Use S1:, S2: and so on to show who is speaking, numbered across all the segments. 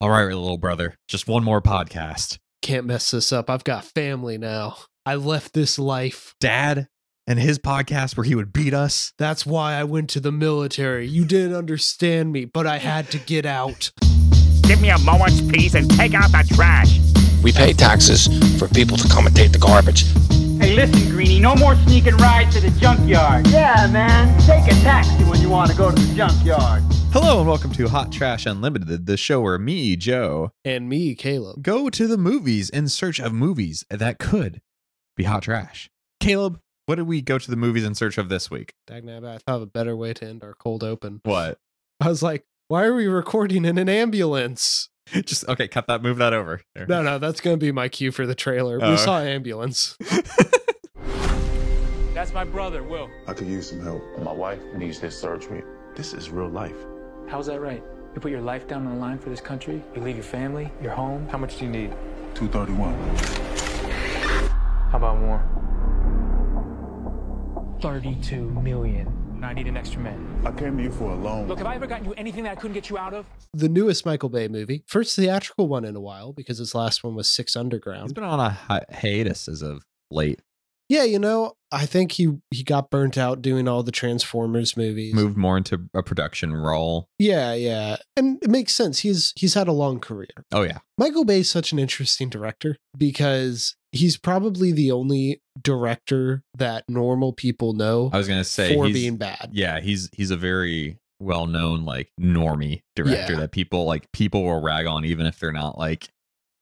S1: All right, little brother, just one more podcast.
S2: Can't mess this up. I've got family now. I left this life.
S1: Dad and his podcast where he would beat us.
S2: That's why I went to the military. You didn't understand me, but I had to get out.
S3: Give me a moment's peace and take out the trash.
S4: We pay taxes for people to come and take the garbage.
S5: Hey, listen, Greenie, no more sneak and ride to the junkyard. Yeah, man, take a taxi when you want to go to the junkyard.
S1: Hello, and welcome to Hot Trash Unlimited, the show where me, Joe,
S2: And me, Caleb.
S1: go to the movies in search of movies that could be hot trash. Caleb, what did we go to the movies in search of this week?
S2: Dag nabbit, I thought of a better way to end our cold open.
S1: What?
S2: I was like, why are we recording in an ambulance?
S1: Just okay, cut that, move that over. There.
S2: No, no, that's going to be my cue for the trailer.
S1: Oh.
S2: We saw ambulance.
S3: That's my brother, Will.
S6: I could use some help.
S7: My wife needs this surgery.
S6: This is real life.
S8: How's that right? You put your life down on the line for this country? You leave your family, your home? How much do you need?
S6: 231.
S8: How about more? 32 million. I need an extra man.
S6: I came to you for a loan.
S8: Look, have I ever gotten you anything that I couldn't get you out of?
S2: the newest Michael Bay movie, first theatrical one in a while because his last one was Six
S1: He's
S2: Underground.
S1: been on a hi- hiatus as of late.
S2: Yeah, you know, I think he he got burnt out doing all the Transformers movies.
S1: Moved more into a production role.
S2: Yeah, yeah, and it makes sense. He's he's had a long career.
S1: Oh yeah.
S2: Michael Bay is such an interesting director because he's probably the only director that normal people know
S1: I was gonna say
S2: for
S1: he's-
S2: being bad.
S1: yeah he's he's a very well-known like normie director
S2: Yeah.
S1: that people like people will rag on even if they're not like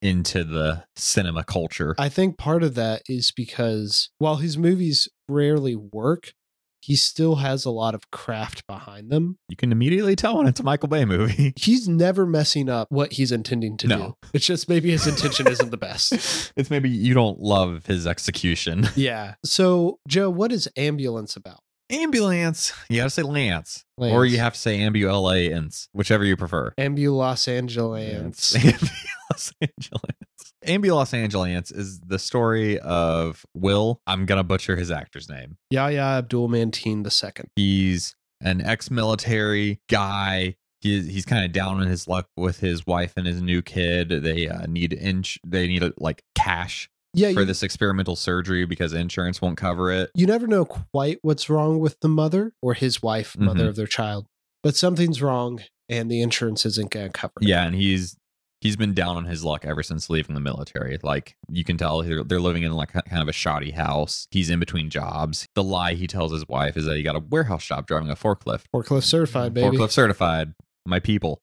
S1: into the cinema culture
S2: I think part of that is because while his movies rarely work, he still has a lot of craft behind them.
S1: you can immediately tell when it's a michael bay movie
S2: he's never messing up what he's intending to
S1: No.
S2: do. It's just maybe his intention isn't the best.
S1: it's maybe you don't love his execution
S2: Yeah. So, Joe, what is ambulance about?
S1: ambulance you gotta say lance, or you
S2: Lance.
S1: have to say ambulance whichever you prefer
S2: Ambu Los Angeles.
S1: Ambulance Angelance. Ambulance Angelance is the story of Will. I'm going to butcher his actor's name.
S2: Yahya Abdul Mateen II.
S1: He's an ex-military guy. He, he's kind of down in his luck with his wife and his new kid. They uh, need inch. They need like cash
S2: Yeah.
S1: for
S2: you,
S1: this experimental surgery because insurance won't cover it.
S2: you never know quite what's wrong with the mother or his wife, mother
S1: Mhm.
S2: of their child, but something's wrong and the insurance isn't going to cover it.
S1: Yeah, and he's he's been down on his luck ever since leaving the military. Like you can tell, they're, they're living in like kind of a shoddy house. He's in between jobs. The lie he tells his wife is that he got a warehouse job driving a forklift.
S2: Forklift certified, baby.
S1: Forklift certified, my people.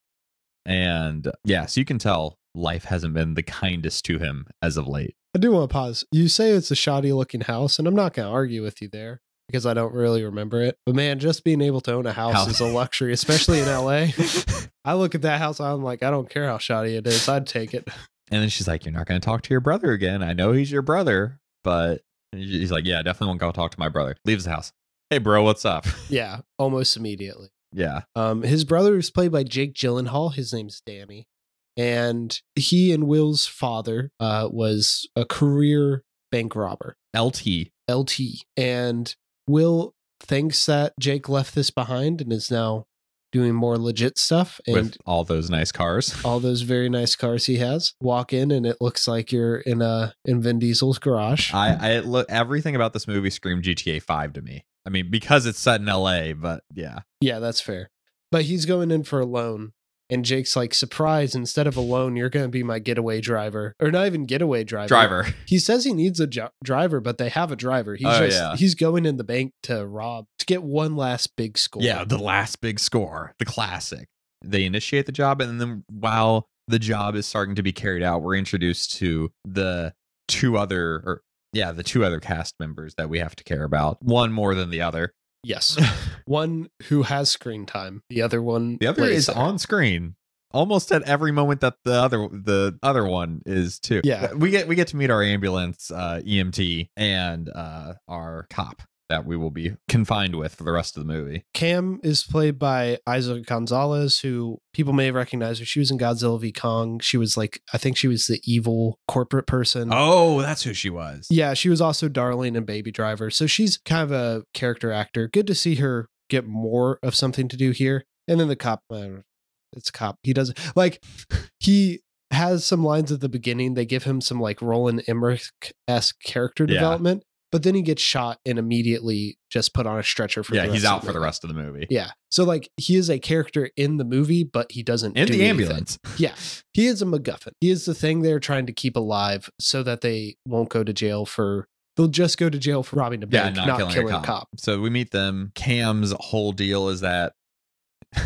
S1: And yeah, so you can tell life hasn't been the kindest to him as of late.
S2: I do want to pause. You say it's a shoddy looking house, and I'm not going to argue with you there because I don't really remember it. But man, just being able to own a house
S1: House.
S2: is a luxury, especially in LA. I look at that house, I'm like, I don't care how shoddy it is, I'd take it.
S1: And then she's like, You're not going to talk to your brother again. I know he's your brother, but he's like, Yeah, I definitely won't go talk to my brother. Leaves the house. Hey, bro, what's up?
S2: Yeah, almost immediately.
S1: yeah.
S2: Um, his brother is played by Jake Gyllenhaal. His name's Danny, and he and Will's father uh, was a career bank robber.
S1: LT.
S2: LT. And Will thinks that Jake left this behind and is now doing more legit stuff and
S1: with all those nice cars.
S2: all those very nice cars he has. Walk in and it looks like you're in a in Vin Diesel's garage.
S1: I, I look everything about this movie screamed GTA Five to me. I mean, because it's set in LA, but yeah,
S2: yeah, that's fair. But he's going in for a loan. And Jake's like, surprise, instead of a loan, you're going to be my getaway driver. Or not even getaway driver.
S1: driver.
S2: He says he needs a jo- driver, but they have a driver. He's
S1: Oh,
S2: just,
S1: yeah.
S2: he's going in the bank to rob to get one last big score.
S1: Yeah, the last big score, the classic. They initiate the job, and then while the job is starting to be carried out, we're introduced to the two other, or yeah, the two other cast members that we have to care about. One more than the other.
S2: Yes.
S1: the
S2: One who has screen time. The other one.
S1: other is
S2: later.
S1: on screen almost at every moment that the other the other one is too.
S2: Yeah.
S1: we get we get to meet our ambulance uh, EMT and uh, our cop that we will be confined with for the rest of the movie.
S2: Cam is played by Isaac Gonzalez, who people may recognize her. She was in Godzilla v Kong. She was like, I think she was the evil corporate person.
S1: Oh, that's who she was.
S2: Mm. Yeah, she was also Darling and Baby Driver. So she's kind of a character actor. Good to see her get more of something to do here. And then the cop, uh, it's a cop. He does like he has some lines at the beginning. They give him some like Roland Emmerich esque character
S1: Yeah.
S2: development, but then he gets shot and immediately just put on a stretcher for
S1: yeah,
S2: the
S1: he's
S2: rest of
S1: out for the
S2: movie.
S1: rest of the movie.
S2: Yeah, so like he is a character in the movie, but he doesn't
S1: In
S2: do
S1: the
S2: anything.
S1: ambulance.
S2: Yeah. He is a MacGuffin. He is the thing they're trying to keep alive so that they won't go to jail for. They'll just go to jail for robbing a
S1: Yeah,
S2: bank,
S1: not,
S2: not,
S1: killing, a, cop. So we meet them. Cam's whole deal is that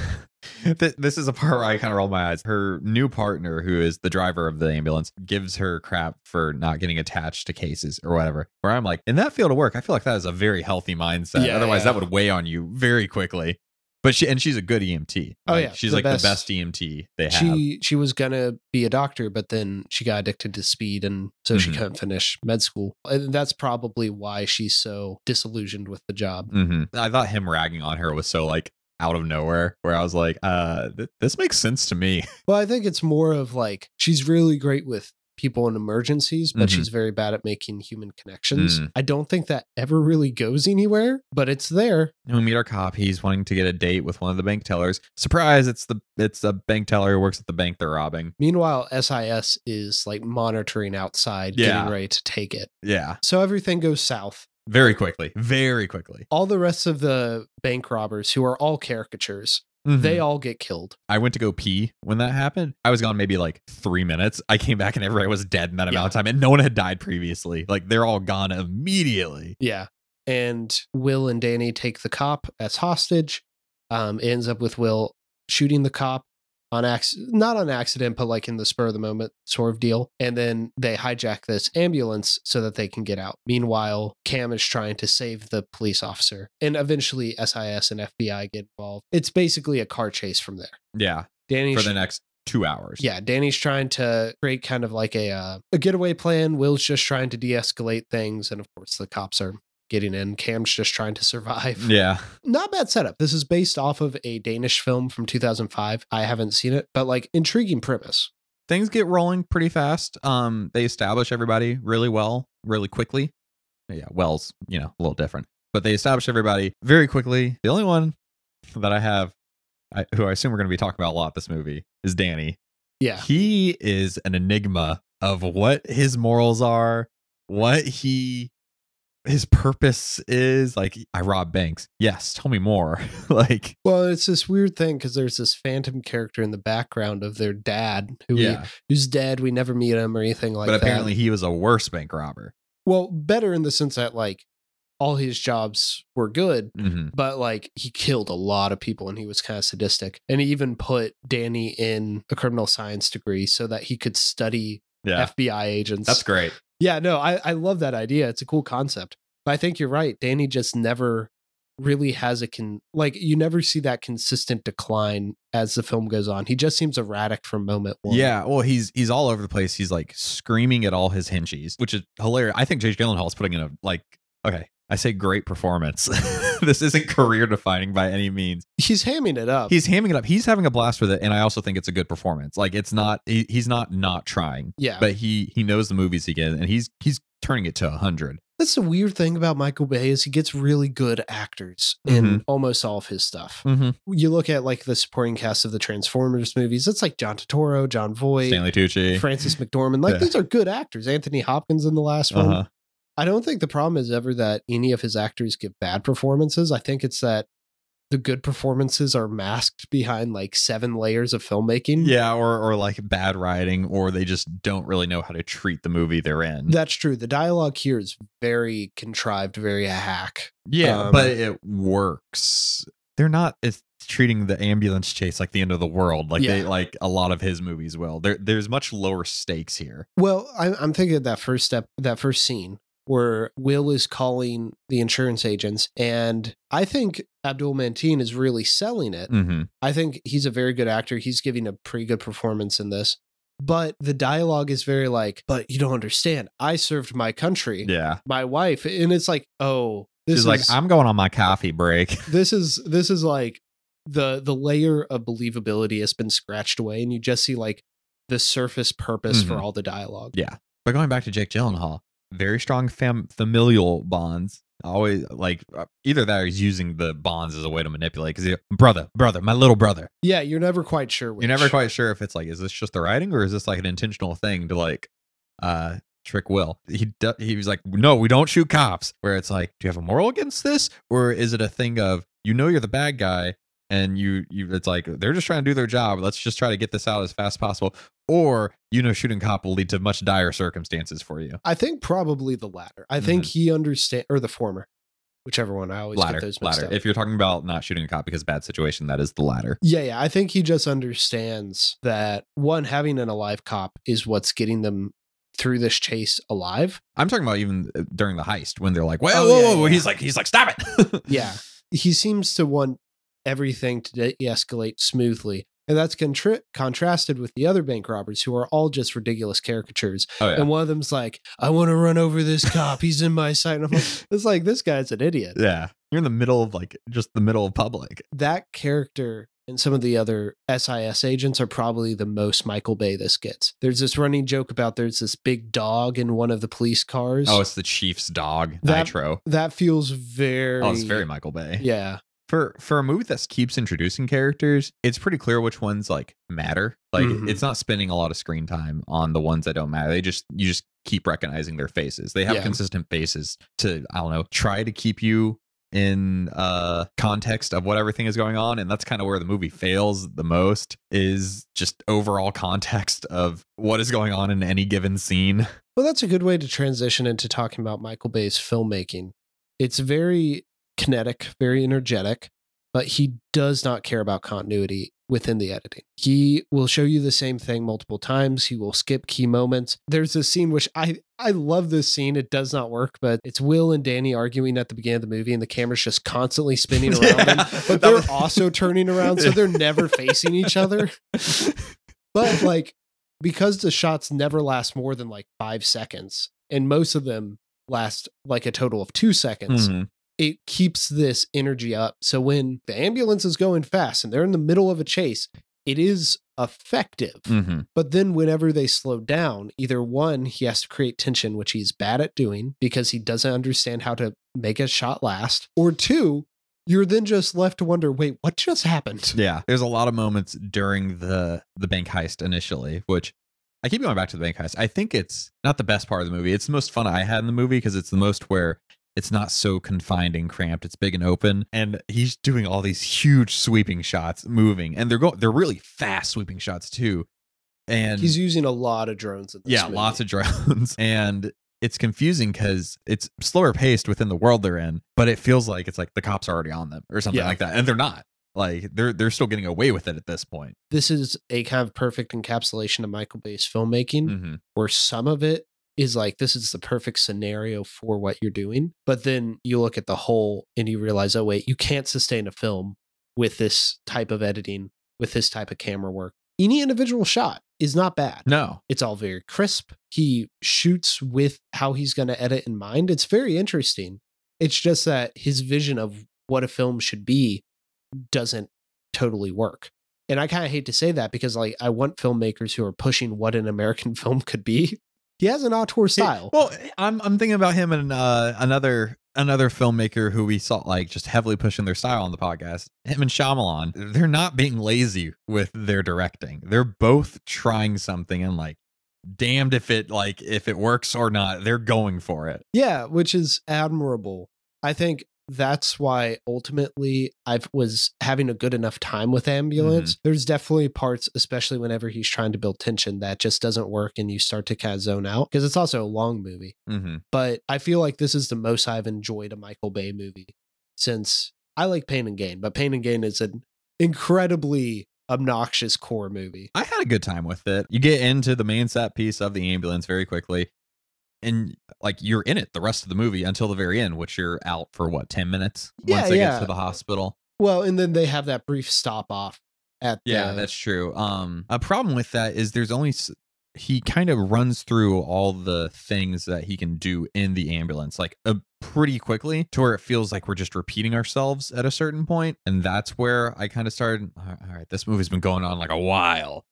S1: Th- this is a part where I kind of rolled my eyes. Her new partner, who is the driver of the ambulance, gives her crap for not getting attached to cases or whatever. Where I'm like, in that field of work, I feel like that is a very healthy mindset.
S2: Yeah,
S1: Otherwise,
S2: yeah.
S1: that would weigh on you very quickly. But she and she's a good EMT.
S2: Oh,
S1: Like,
S2: yeah,
S1: she's
S2: the
S1: like
S2: best.
S1: the best EMT they have.
S2: She she was gonna be a doctor, but then she got addicted to speed, and so she
S1: Mhm.
S2: couldn't finish med school. And that's probably why she's so disillusioned with the job.
S1: hmm I thought him ragging on her was so like out of nowhere. Where I was like, uh, th- this makes sense to me.
S2: Well, I think it's more of like she's really great with people in emergencies, but
S1: Mhm.
S2: she's very bad at making human connections.
S1: Mm.
S2: I don't think that ever really goes anywhere, but it's there.
S1: And we meet our cop. He's wanting to get a date with one of the bank tellers. Surprise! It's the it's a bank teller who works at the bank they're robbing.
S2: Meanwhile, SIS is like monitoring outside, getting
S1: Yeah.
S2: ready to take it.
S1: Yeah,
S2: So everything goes south.
S1: very quickly, very quickly.
S2: All the rest of the bank robbers, who are all caricatures, they
S1: Mhm.
S2: all get killed.
S1: I went to go pee when that happened. I was gone maybe like three minutes. I came back and everybody was dead in that amount of time, and no one had died previously. Like they're all gone immediately.
S2: Yeah. And Will and Danny take the cop as hostage. Um, it ends up with Will shooting the cop on accident, not on accident, but like in the spur of the moment sort of deal. And then they hijack this ambulance so that they can get out. Meanwhile, Cam is trying to save the police officer. And eventually, SIS and FBI get involved. It's basically a car chase from there.
S1: Yeah,
S2: Danny's
S1: for the next two hours.
S2: yeah, Danny's trying to create kind of like a uh, a getaway plan. Will's just trying to de-escalate things, and of course the cops are getting in. Cam's just trying to survive.
S1: yeah.
S2: Not bad setup. This is based off of a Danish film from 2005. I haven't seen it, but like intriguing premise.
S1: things get rolling pretty fast. Um, they establish everybody really well, really quickly. Yeah, Wells, you know, a little different, but they establish everybody very quickly. The only one that I have, I, who I assume we're going to be talking about a lot this movie, is Danny.
S2: Yeah,
S1: He is an enigma of what his morals are, what he his purpose is. Like, I rob banks. Yes, tell me more. like,
S2: Well, it's this weird thing because there's this phantom character in the background of their dad, who we-
S1: yeah,
S2: who's dead. We never meet him or anything like
S1: but
S2: that.
S1: apparently he was a worse bank robber.
S2: well, better in the sense that like all his jobs were good,
S1: Mhm.
S2: but like he killed a lot of people and he was kind of sadistic. And he even put Danny in a criminal science degree so that he could study
S1: Yeah,
S2: FBI agents.
S1: that's great.
S2: Yeah, no, I, I love that idea. It's a cool concept. But I think you're right. Danny just never really has a con like you never see that consistent decline as the film goes on. He just seems erratic from moment one.
S1: Yeah, well, he's he's all over the place. He's like screaming at all his hinges, which is hilarious. I think Jake Gyllenhaal is putting in a like okay, I say great performance. this isn't career defining by any means.
S2: He's hamming it up.
S1: He's hamming it up. He's having a blast with it, and I also think it's a good performance. Like it's not he, he's not not trying,
S2: yeah.
S1: but he he knows the movies he gets, and he's he's turning it to a hundred.
S2: That's the weird thing about Michael Bay is he gets really good actors in almost all of his stuff.
S1: Mm-hmm.
S2: you look at like the supporting cast of the Transformers movies, it's like John Turturro, John Voight,
S1: Stanley Tucci.
S2: Francis McDormand. Like
S1: Yeah.
S2: these are good actors. Anthony Hopkins in the last
S1: Uh-huh.
S2: one. I don't think the problem is ever that any of his actors give bad performances. I think it's that the good performances are masked behind like seven layers of filmmaking.
S1: Yeah, or or like bad writing, or they just don't really know how to treat the movie they're in.
S2: That's true. The dialogue here is very contrived, very a hack.
S1: Yeah,
S2: Um,
S1: but it works. They're not it's treating the ambulance chase like the end of the world, like they
S2: Yeah.
S1: like a lot of his movies will. There, there's much lower stakes here.
S2: Well, I, I'm thinking of that first step, that first scene where Will is calling the insurance agents, and I think Abdul Mateen is really selling it.
S1: Mm-hmm.
S2: I think he's a very good actor. He's giving a pretty good performance in this, but the dialogue is very like, "But you don't understand. I served my country,
S1: Yeah,
S2: my wife," and it's like, "Oh, this
S1: she's
S2: is
S1: like, I'm going on my coffee break.
S2: this is this is like the the layer of believability has been scratched away, and you just see like." The surface purpose for
S1: Mhm.
S2: all the dialogue.
S1: Yeah. But going back to Jake Gyllenhaal, very strong fam- familial bonds. Always like uh, either that or he's using the bonds as a way to manipulate. Because brother, brother, my little brother.
S2: Yeah, you're never quite sure. Which.
S1: You're never quite sure if it's like, is this just the writing or is this like an intentional thing to like uh trick Will? He d- he was like, no, we don't shoot cops. Where it's like, do you have a moral against this, or is it a thing of you know you're the bad guy and you you it's like they're just trying to do their job. Let's just try to get this out as fast as possible. Or you know, shooting cop will lead to much dire circumstances for you.
S2: I think probably the latter. I think he understand or the former, whichever one. I always
S1: Mm-hmm. Latter,
S2: get those mixed
S1: latter.
S2: up.
S1: If you're talking about not shooting a cop because bad situation, that is the latter.
S2: Yeah, yeah. I think he just understands that one, having an alive cop is what's getting them through this chase alive.
S1: I'm talking about even uh, during the heist when they're like, "Whoa,
S2: Oh,
S1: whoa,
S2: yeah,
S1: whoa!"
S2: yeah.
S1: He's like, he's like, "Stop it!"
S2: Yeah. He seems to want everything to de escalate smoothly. And that's contr contrasted with the other bank robbers who are all just ridiculous caricatures.
S1: Oh, yeah.
S2: And one of them's like, I want to run over this cop. He's in my sight. And I'm like, it's like, this guy's an idiot.
S1: Yeah. You're in the middle of like just the middle of public.
S2: that character and some of the other SIS agents are probably the most Michael Bay this gets. There's this running joke about there's this big dog in one of the police cars.
S1: Oh, it's the chief's dog,
S2: That-
S1: Nitro.
S2: that feels very.
S1: oh, it's very Michael Bay.
S2: Yeah.
S1: For for a movie that keeps introducing characters, it's pretty clear which ones like matter. Like
S2: Mhm.
S1: it's not spending a lot of screen time on the ones that don't matter. They just you just keep recognizing their faces. They have
S2: Yeah.
S1: consistent faces to I don't know, try to keep you in uh context of what everything is going on and that's kind of where the movie fails the most is just overall context of what is going on in any given scene.
S2: Well, that's a good way to transition into talking about Michael Bay's filmmaking. It's very kinetic, very energetic, but he does not care about continuity within the editing. He will show you the same thing multiple times. He will skip key moments. There's this scene which I I love this scene. It does not work, but it's Will and Danny arguing at the beginning of the movie and the camera's just constantly spinning around them,
S1: Yeah.
S2: but
S1: That
S2: they're
S1: was-
S2: also turning around so they're never facing each other. But like because the shots never last more than like five seconds, and most of them last like a total of two seconds,
S1: Mhm.
S2: it keeps this energy up. So when the ambulance is going fast and they're in the middle of a chase, it is effective.
S1: Mhm.
S2: But then whenever they slow down, either one, he has to create tension, which he's bad at doing because he doesn't understand how to make a shot last, or two, you're then just left to wonder, wait, what just happened?
S1: Yeah. There's a lot of moments during the the bank heist initially, which I keep going back to the bank heist. I think it's not the best part of the movie. It's the most fun I had in the movie because it's the most where it's not so confined and cramped. It's big and open, and he's doing all these huge sweeping shots, moving, and they're going. They're really fast sweeping shots too. And
S2: He's using a lot of drones in this
S1: yeah
S2: movie.
S1: lots of drones and it's confusing because it's slower paced within the world they're in but it feels like it's like the cops are already on them or something
S2: Yeah.
S1: like that and they're not like they're they're still getting away with it at this point
S2: this is a kind of perfect encapsulation of Michael Bay's filmmaking,
S1: mm-hmm.
S2: where some of it is like this is the perfect scenario for what you're doing, but then you look at the whole and you realize, oh wait, you can't sustain a film with this type of editing, with this type of camera work. Any individual shot is not bad.
S1: no
S2: It's all very crisp. He shoots with how he's going to edit in mind. It's very interesting. It's just that his vision of what a film should be doesn't totally work. And I kind of hate to say that because like I want filmmakers who are pushing what an American film could be. He has an auteur style.
S1: well eh, i'm i'm thinking about him and uh another another filmmaker who we saw like just heavily pushing their style on the podcast him and Shyamalan they're not being lazy with their directing they're both trying something and like damned if it like if it works or not they're going for it
S2: Yeah, which is admirable. I think that's why ultimately I was having a good enough time with
S1: Mm-hmm.
S2: Ambulance. There's definitely parts, especially whenever he's trying to build tension, that just doesn't work and you start to kind of zone out because it's also a long movie.
S1: mm-hmm.
S2: But I feel like this is the most I've enjoyed a Michael Bay movie since I like Pain and Gain, but Pain and Gain is an incredibly obnoxious core movie.
S1: I had a good time with it. You get into the main set piece of the ambulance very quickly, and like you're in it the rest of the movie until the very end, which you're out for what ten minutes
S2: Yeah,
S1: once they
S2: yeah.
S1: get to the hospital.
S2: Well, and then they have that brief stop off at
S1: Yeah,
S2: the,
S1: that's true. Um, uh, a problem with that is there's only s- he kind of runs through all the things that he can do in the ambulance like uh, pretty quickly to where it feels like we're just repeating ourselves at a certain point, and that's where I kind of started. All right, all right, this movie's been going on like a while.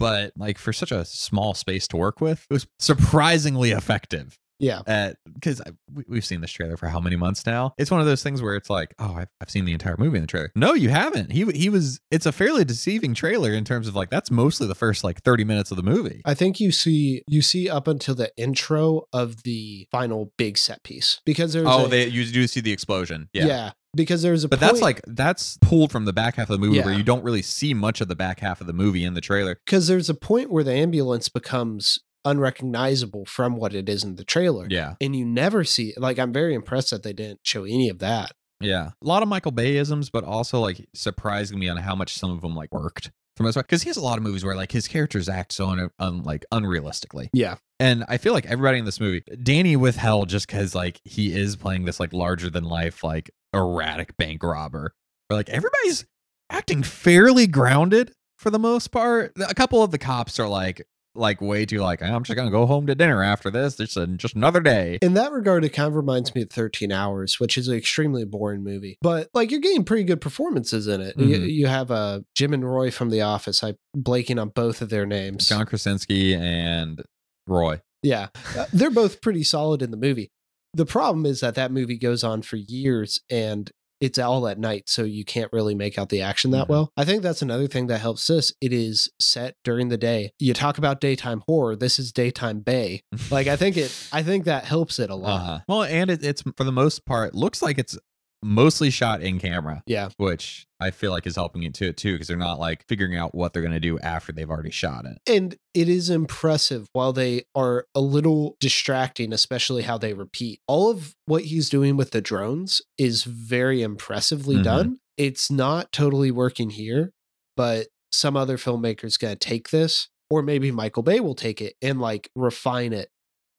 S1: but like for such a small space to work with, it was surprisingly effective.
S2: Yeah.
S1: because we, we've seen this trailer for how many months now. It's one of those things where it's like, oh, I've, I've seen the entire movie in the trailer. No, you haven't. He he was. It's a fairly deceiving trailer in terms of like that's mostly the first like thirty minutes of the movie.
S2: I think you see you see up until the intro of the final big set piece because there's
S1: oh,
S2: a-
S1: they you do see the explosion.
S2: yeah.
S1: Yeah.
S2: because there's a
S1: But that's like that's pulled from the back half of the movie
S2: Yeah.
S1: where you don't really see much of the back half of the movie in the trailer.
S2: because there's a point where the ambulance becomes unrecognizable from what it is in the trailer
S1: Yeah.
S2: and you never see like I'm very impressed that they didn't show any of that
S1: Yeah. A lot of Michael Bayisms, but also like surprising me on how much some of them like worked. Because he has a lot of movies where like his characters act so un, un- like unrealistically.
S2: Yeah.
S1: And I feel like everybody in this movie, Danny withheld just because like he is playing this like larger than life, like erratic bank robber. But like everybody's acting fairly grounded for the most part. A couple of the cops are like, like way too like, I'm just gonna go home to dinner after this. It's a, just another day.
S2: in that regard it kind of reminds me of 13 hours which is an extremely boring movie but like you're getting pretty good performances in it you,
S1: Mhm.
S2: you have uh, Jim and Roy from The Office I'm blanking on both of their names
S1: John Krasinski and Roy.
S2: Yeah, Uh, they're both pretty solid in the movie. The problem is that that movie goes on for years and it's all at night, so you can't really make out the action that
S1: Mhm.
S2: well. I think that's another thing that helps this. It is set during the day. You talk about daytime horror. This is daytime bay. Like I think it. I think that helps it a lot.
S1: Uh-huh. Well, and it, it's for the most part looks like it's mostly shot in camera,
S2: Yeah,
S1: which I feel like is helping it too, too, because they're not like figuring out what they're gonna do after they've already shot it.
S2: and it is impressive. While they are a little distracting, especially how they repeat all of what he's doing with the drones is very impressively
S1: Mhm.
S2: done. It's not totally working here, but some other filmmaker's going to take this, or maybe Michael Bay will take it and like refine it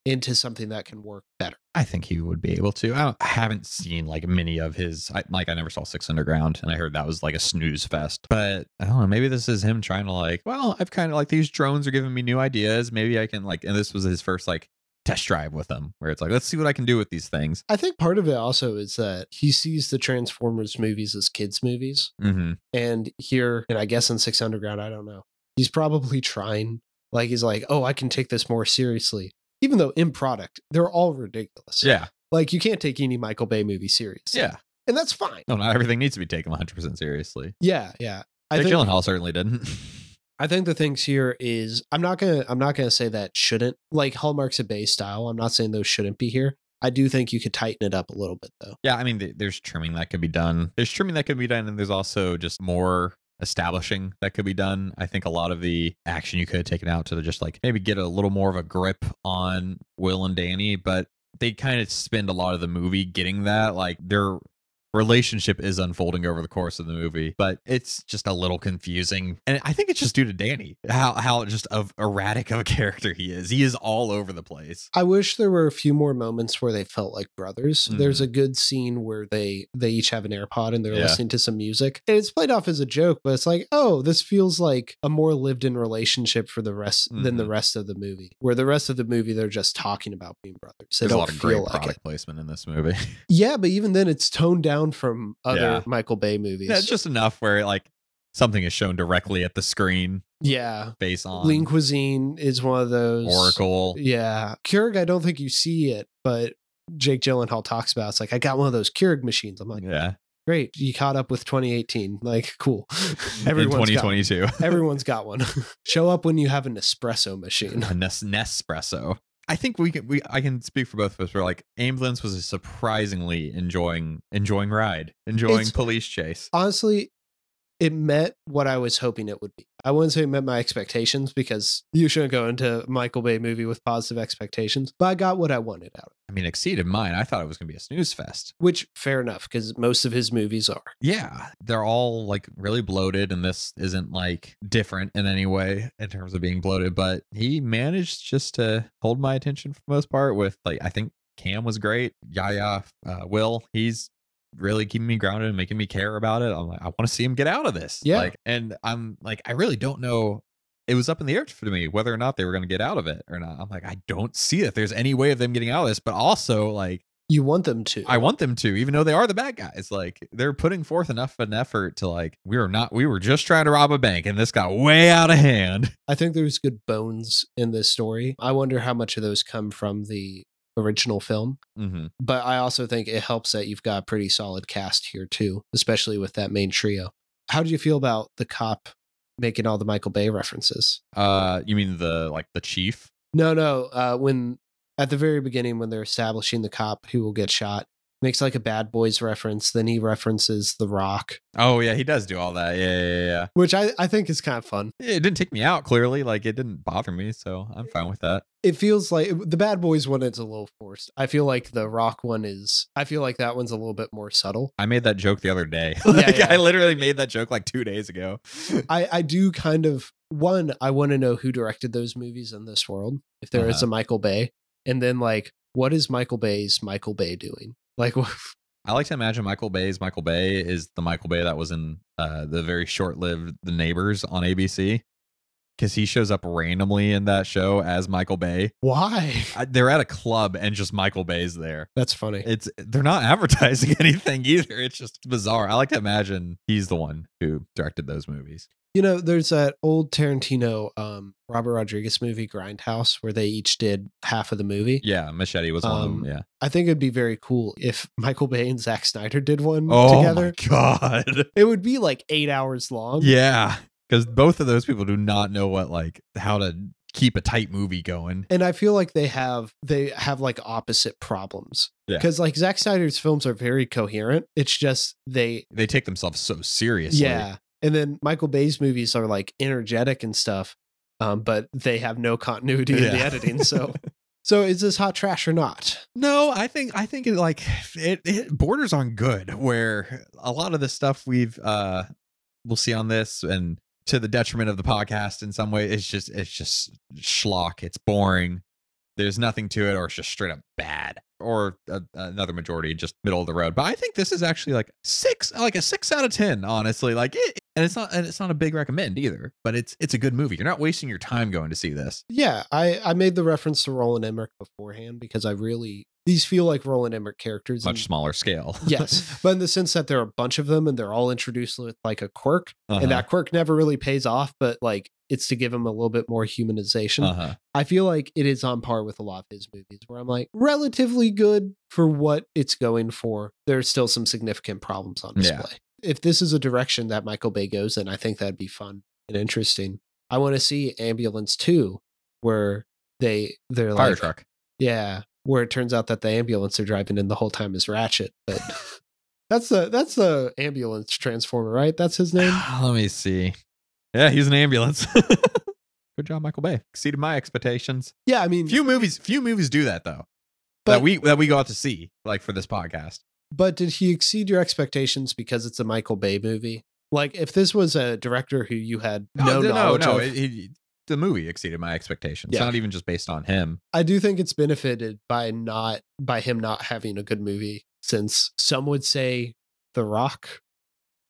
S2: into something that can work better.
S1: I think he would be able to. I, don't, I haven't seen like many of his. I, like I never saw Six Underground, and I heard that was like a snooze fest. But I don't know. Maybe this is him trying to like. Well, I've kind of like these drones are giving me new ideas. Maybe I can like. And this was his first like test drive with them, where it's like, let's see what I can do with these things.
S2: I think part of it also is that he sees the Transformers movies as kids' movies.
S1: Mm-hmm.
S2: and here and i guess in six underground i don't know he's probably trying like he's like oh i can take this more seriously even though in product they're all ridiculous
S1: Yeah.
S2: like you can't take any michael bay movie serious
S1: Yeah.
S2: and that's fine
S1: No, not everything needs to be taken 100 percent seriously.
S2: yeah yeah I
S1: Jake
S2: think,
S1: Gyllenhaal certainly didn't.
S2: I think the things here is I'm not gonna I'm not gonna say that shouldn't like Hallmark's a Bay style. I'm not saying those shouldn't be here. I do think you could tighten it up a little bit though.
S1: yeah, I mean, th- there's trimming that could be done. There's trimming that could be done, and there's also just more establishing that could be done. I think a lot of the action you could have taken out to just like maybe get a little more of a grip on Will and Danny, but they kind of spend a lot of the movie getting that. Like their relationship is unfolding over the course of the movie, but it's just a little confusing. And I think it's just due to Danny, how how just of erratic of a character he is. He is all over the place.
S2: I wish there were a few more moments where they felt like brothers.
S1: Mhm.
S2: There's a good scene where they they each have an AirPod and they're
S1: Yeah.
S2: listening to some music, and it's played off as a joke, but it's like, oh, this feels like a more lived-in relationship for the rest than the
S1: Mhm.
S2: rest of the movie. Where the rest of the movie they're just talking about being brothers. They
S1: There's a
S2: don't
S1: lot of
S2: feel
S1: great
S2: like
S1: product
S2: it.
S1: placement in this movie.
S2: Yeah, but even then, it's toned down from other
S1: Yeah.
S2: Michael Bay movies.
S1: yeah, it's just enough where like something is shown directly at the screen
S2: yeah.
S1: based on
S2: Lean Cuisine is one of those
S1: Oracle.
S2: Yeah. Keurig, I don't think you see it, but Jake Gyllenhaal talks about it. it's like I got one of those Keurig machines. I'm like,
S1: Yeah,
S2: great, you caught up with 2018. Like, cool.
S1: in
S2: Everyone's got,
S1: 2022,
S2: everyone's got one. Show up when you have an espresso machine.
S1: a Nes- Nespresso. I think we can we I can speak for both of us. We're like ambulance was a surprisingly enjoying enjoying ride, enjoying
S2: It's-
S1: police chase.
S2: Honestly, it met what I was hoping it would be. I wouldn't say it met my expectations because you shouldn't go into a Michael Bay movie with positive expectations, but I got what I wanted out of it,
S1: I mean, exceeded mine. I thought it was gonna be a snooze fest.
S2: which fair enough because most of his movies are.
S1: Yeah, they're all like really bloated, and this isn't like different in any way in terms of being bloated. But he managed just to hold my attention for the most part. With like, I think Cam was great. Yaya, uh, Will, he's really keeping me grounded and making me care about it. I'm like, I want to see him get out of this.
S2: Yeah.
S1: like, and I'm like, I really don't know. It was up in the air for me whether or not they were going to get out of it or not. I'm like, I don't see if there's any way of them getting out of this. But also, like,
S2: You want them to.
S1: I want them to, even though they are the bad guys. Like they're putting forth enough of an effort to like we were not we were just trying to rob a bank and this got way out of hand.
S2: I think there's good bones in this story. I wonder how much of those come from the original film.
S1: Mm-hmm.
S2: But I also think it helps that you've got a pretty solid cast here too, especially with that main trio. How did you feel about the cop making all the Michael Bay references?
S1: Uh, you mean the like the chief?
S2: No, no. Uh, when at the very beginning, when they're establishing the cop who will get shot, makes like a Bad Boys reference. Then he references The Rock,
S1: Oh yeah, he does do all that. Yeah, yeah, yeah.
S2: which I, I think is kind of fun.
S1: yeah. It didn't take me out. Clearly, like it didn't bother me, so I'm fine with that.
S2: It feels like the Bad Boys one is a little forced. I feel like the Rock one is. I feel like that one's a little bit more subtle.
S1: I made that joke the other day.
S2: Yeah,
S1: like,
S2: yeah.
S1: I literally made that joke like two days ago.
S2: I I do kind of one. I want to know who directed those movies in this world. If there is
S1: Uh-huh.
S2: a Michael Bay, and then like, what is Michael Bay's Michael Bay doing? Like,
S1: I like to imagine Michael Bay's Michael Bay is the Michael Bay that was in uh, the very short-lived The Neighbors on ABC, because he shows up randomly in that show as Michael Bay.
S2: why?
S1: I, they're at a club and just Michael Bay's there.
S2: That's funny.
S1: It's they're not advertising anything either. It's just bizarre. I like to imagine he's the one who directed those movies.
S2: You know, there's that old Tarantino, um, Robert Rodriguez movie, Grindhouse, where they each did half of the movie.
S1: Yeah, Machete was one of
S2: Um,
S1: them. Yeah.
S2: I think it'd be very cool if Michael Bay and Zack Snyder did one
S1: Oh
S2: together. Um,
S1: my god.
S2: It would be like eight hours long.
S1: yeah, because both of those people do not know what like how to keep a tight movie going.
S2: And I feel like they have they have like opposite problems.
S1: Yeah.
S2: Because like Zack Snyder's films are very coherent. It's just they
S1: They take themselves so seriously.
S2: Yeah. And then Michael Bay's movies are like energetic and stuff, um, but they have no continuity in the
S1: Yeah.
S2: editing. So so is this hot trash or not?
S1: No, I think I think it like it, it borders on good where a lot of the stuff we've uh we'll see on this and to the detriment of the podcast in some way it's just it's just schlock, it's boring. There's nothing to it or it's just straight up bad or a, another majority just middle of the road. But I think this is actually like 6 like a 6 out of 10 honestly. Like it and it's not and it's not a big recommend either, but it's it's a good movie. You're not wasting your time going to see this.
S2: Yeah, I, I made the reference to Roland Emmerich beforehand because I really these feel like Roland Emmerich characters.
S1: Much
S2: and-
S1: smaller scale.
S2: Mm. yes, but in the sense that there are a bunch of them and they're all introduced with like a quirk,
S1: uh-huh.
S2: and that quirk never really pays off, but like it's to give him a little bit more humanization.
S1: uh-huh.
S2: I feel like it is on par with a lot of his movies where I'm like relatively good for what it's going for. There's still some significant problems on
S1: Yeah.
S2: display. If this is a direction that Michael Bay goes in, I think that'd be fun and interesting. I want to see Ambulance 2 where they they're
S1: Fire
S2: like
S1: truck.
S2: yeah, where it turns out that the ambulance they're driving in the whole time is Ratchet, but that's the that's the ambulance transformer, right? That's his name.
S1: Let me see. Yeah, he's an ambulance. Good job, Michael Bay. Exceeded my expectations.
S2: Yeah, I mean,
S1: Few movies, few movies do that though.
S2: But-
S1: that we that we got to see, like for this podcast.
S2: But did he exceed your expectations because it's a Michael Bay movie? Like, if this was a director who you had no, knowledge of,
S1: it- it- the movie exceeded my expectations.
S2: Yeah.
S1: Not even just based on him.
S2: I do think it's benefited by not by him not having a good movie. Since some would say The Rock,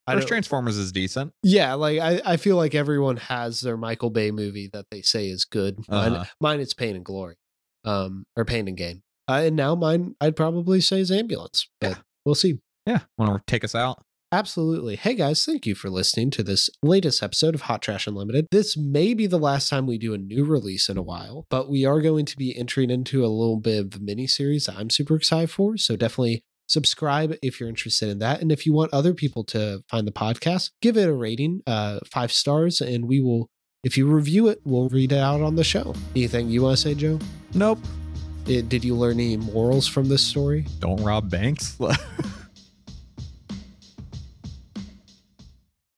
S2: I
S1: First
S2: don't-
S1: Transformers is decent.
S2: yeah, like I, I feel like everyone has their Michael Bay movie that they say is good. Mine,
S1: Uh-huh.
S2: mine it's Pain and Glory, um, or Pain and Gain. Uh, and now mine, I'd probably say is Ambulance, but
S1: Yeah.
S2: we'll see.
S1: Yeah. Want to take us out?
S2: Absolutely. Hey guys, thank you for listening to this latest episode of Hot Trash Unlimited. This may be the last time we do a new release in a while, but we are going to be entering into a little bit of a mini series that I'm super excited for. So definitely subscribe if you're interested in that. And if you want other people to find the podcast, give it a rating, uh, five stars, and we will, if you review it, we'll read it out on the show. Anything you want to say, Joe?
S1: Nope.
S2: Eh, did you learn any morals from this story?
S1: Don't rob banks.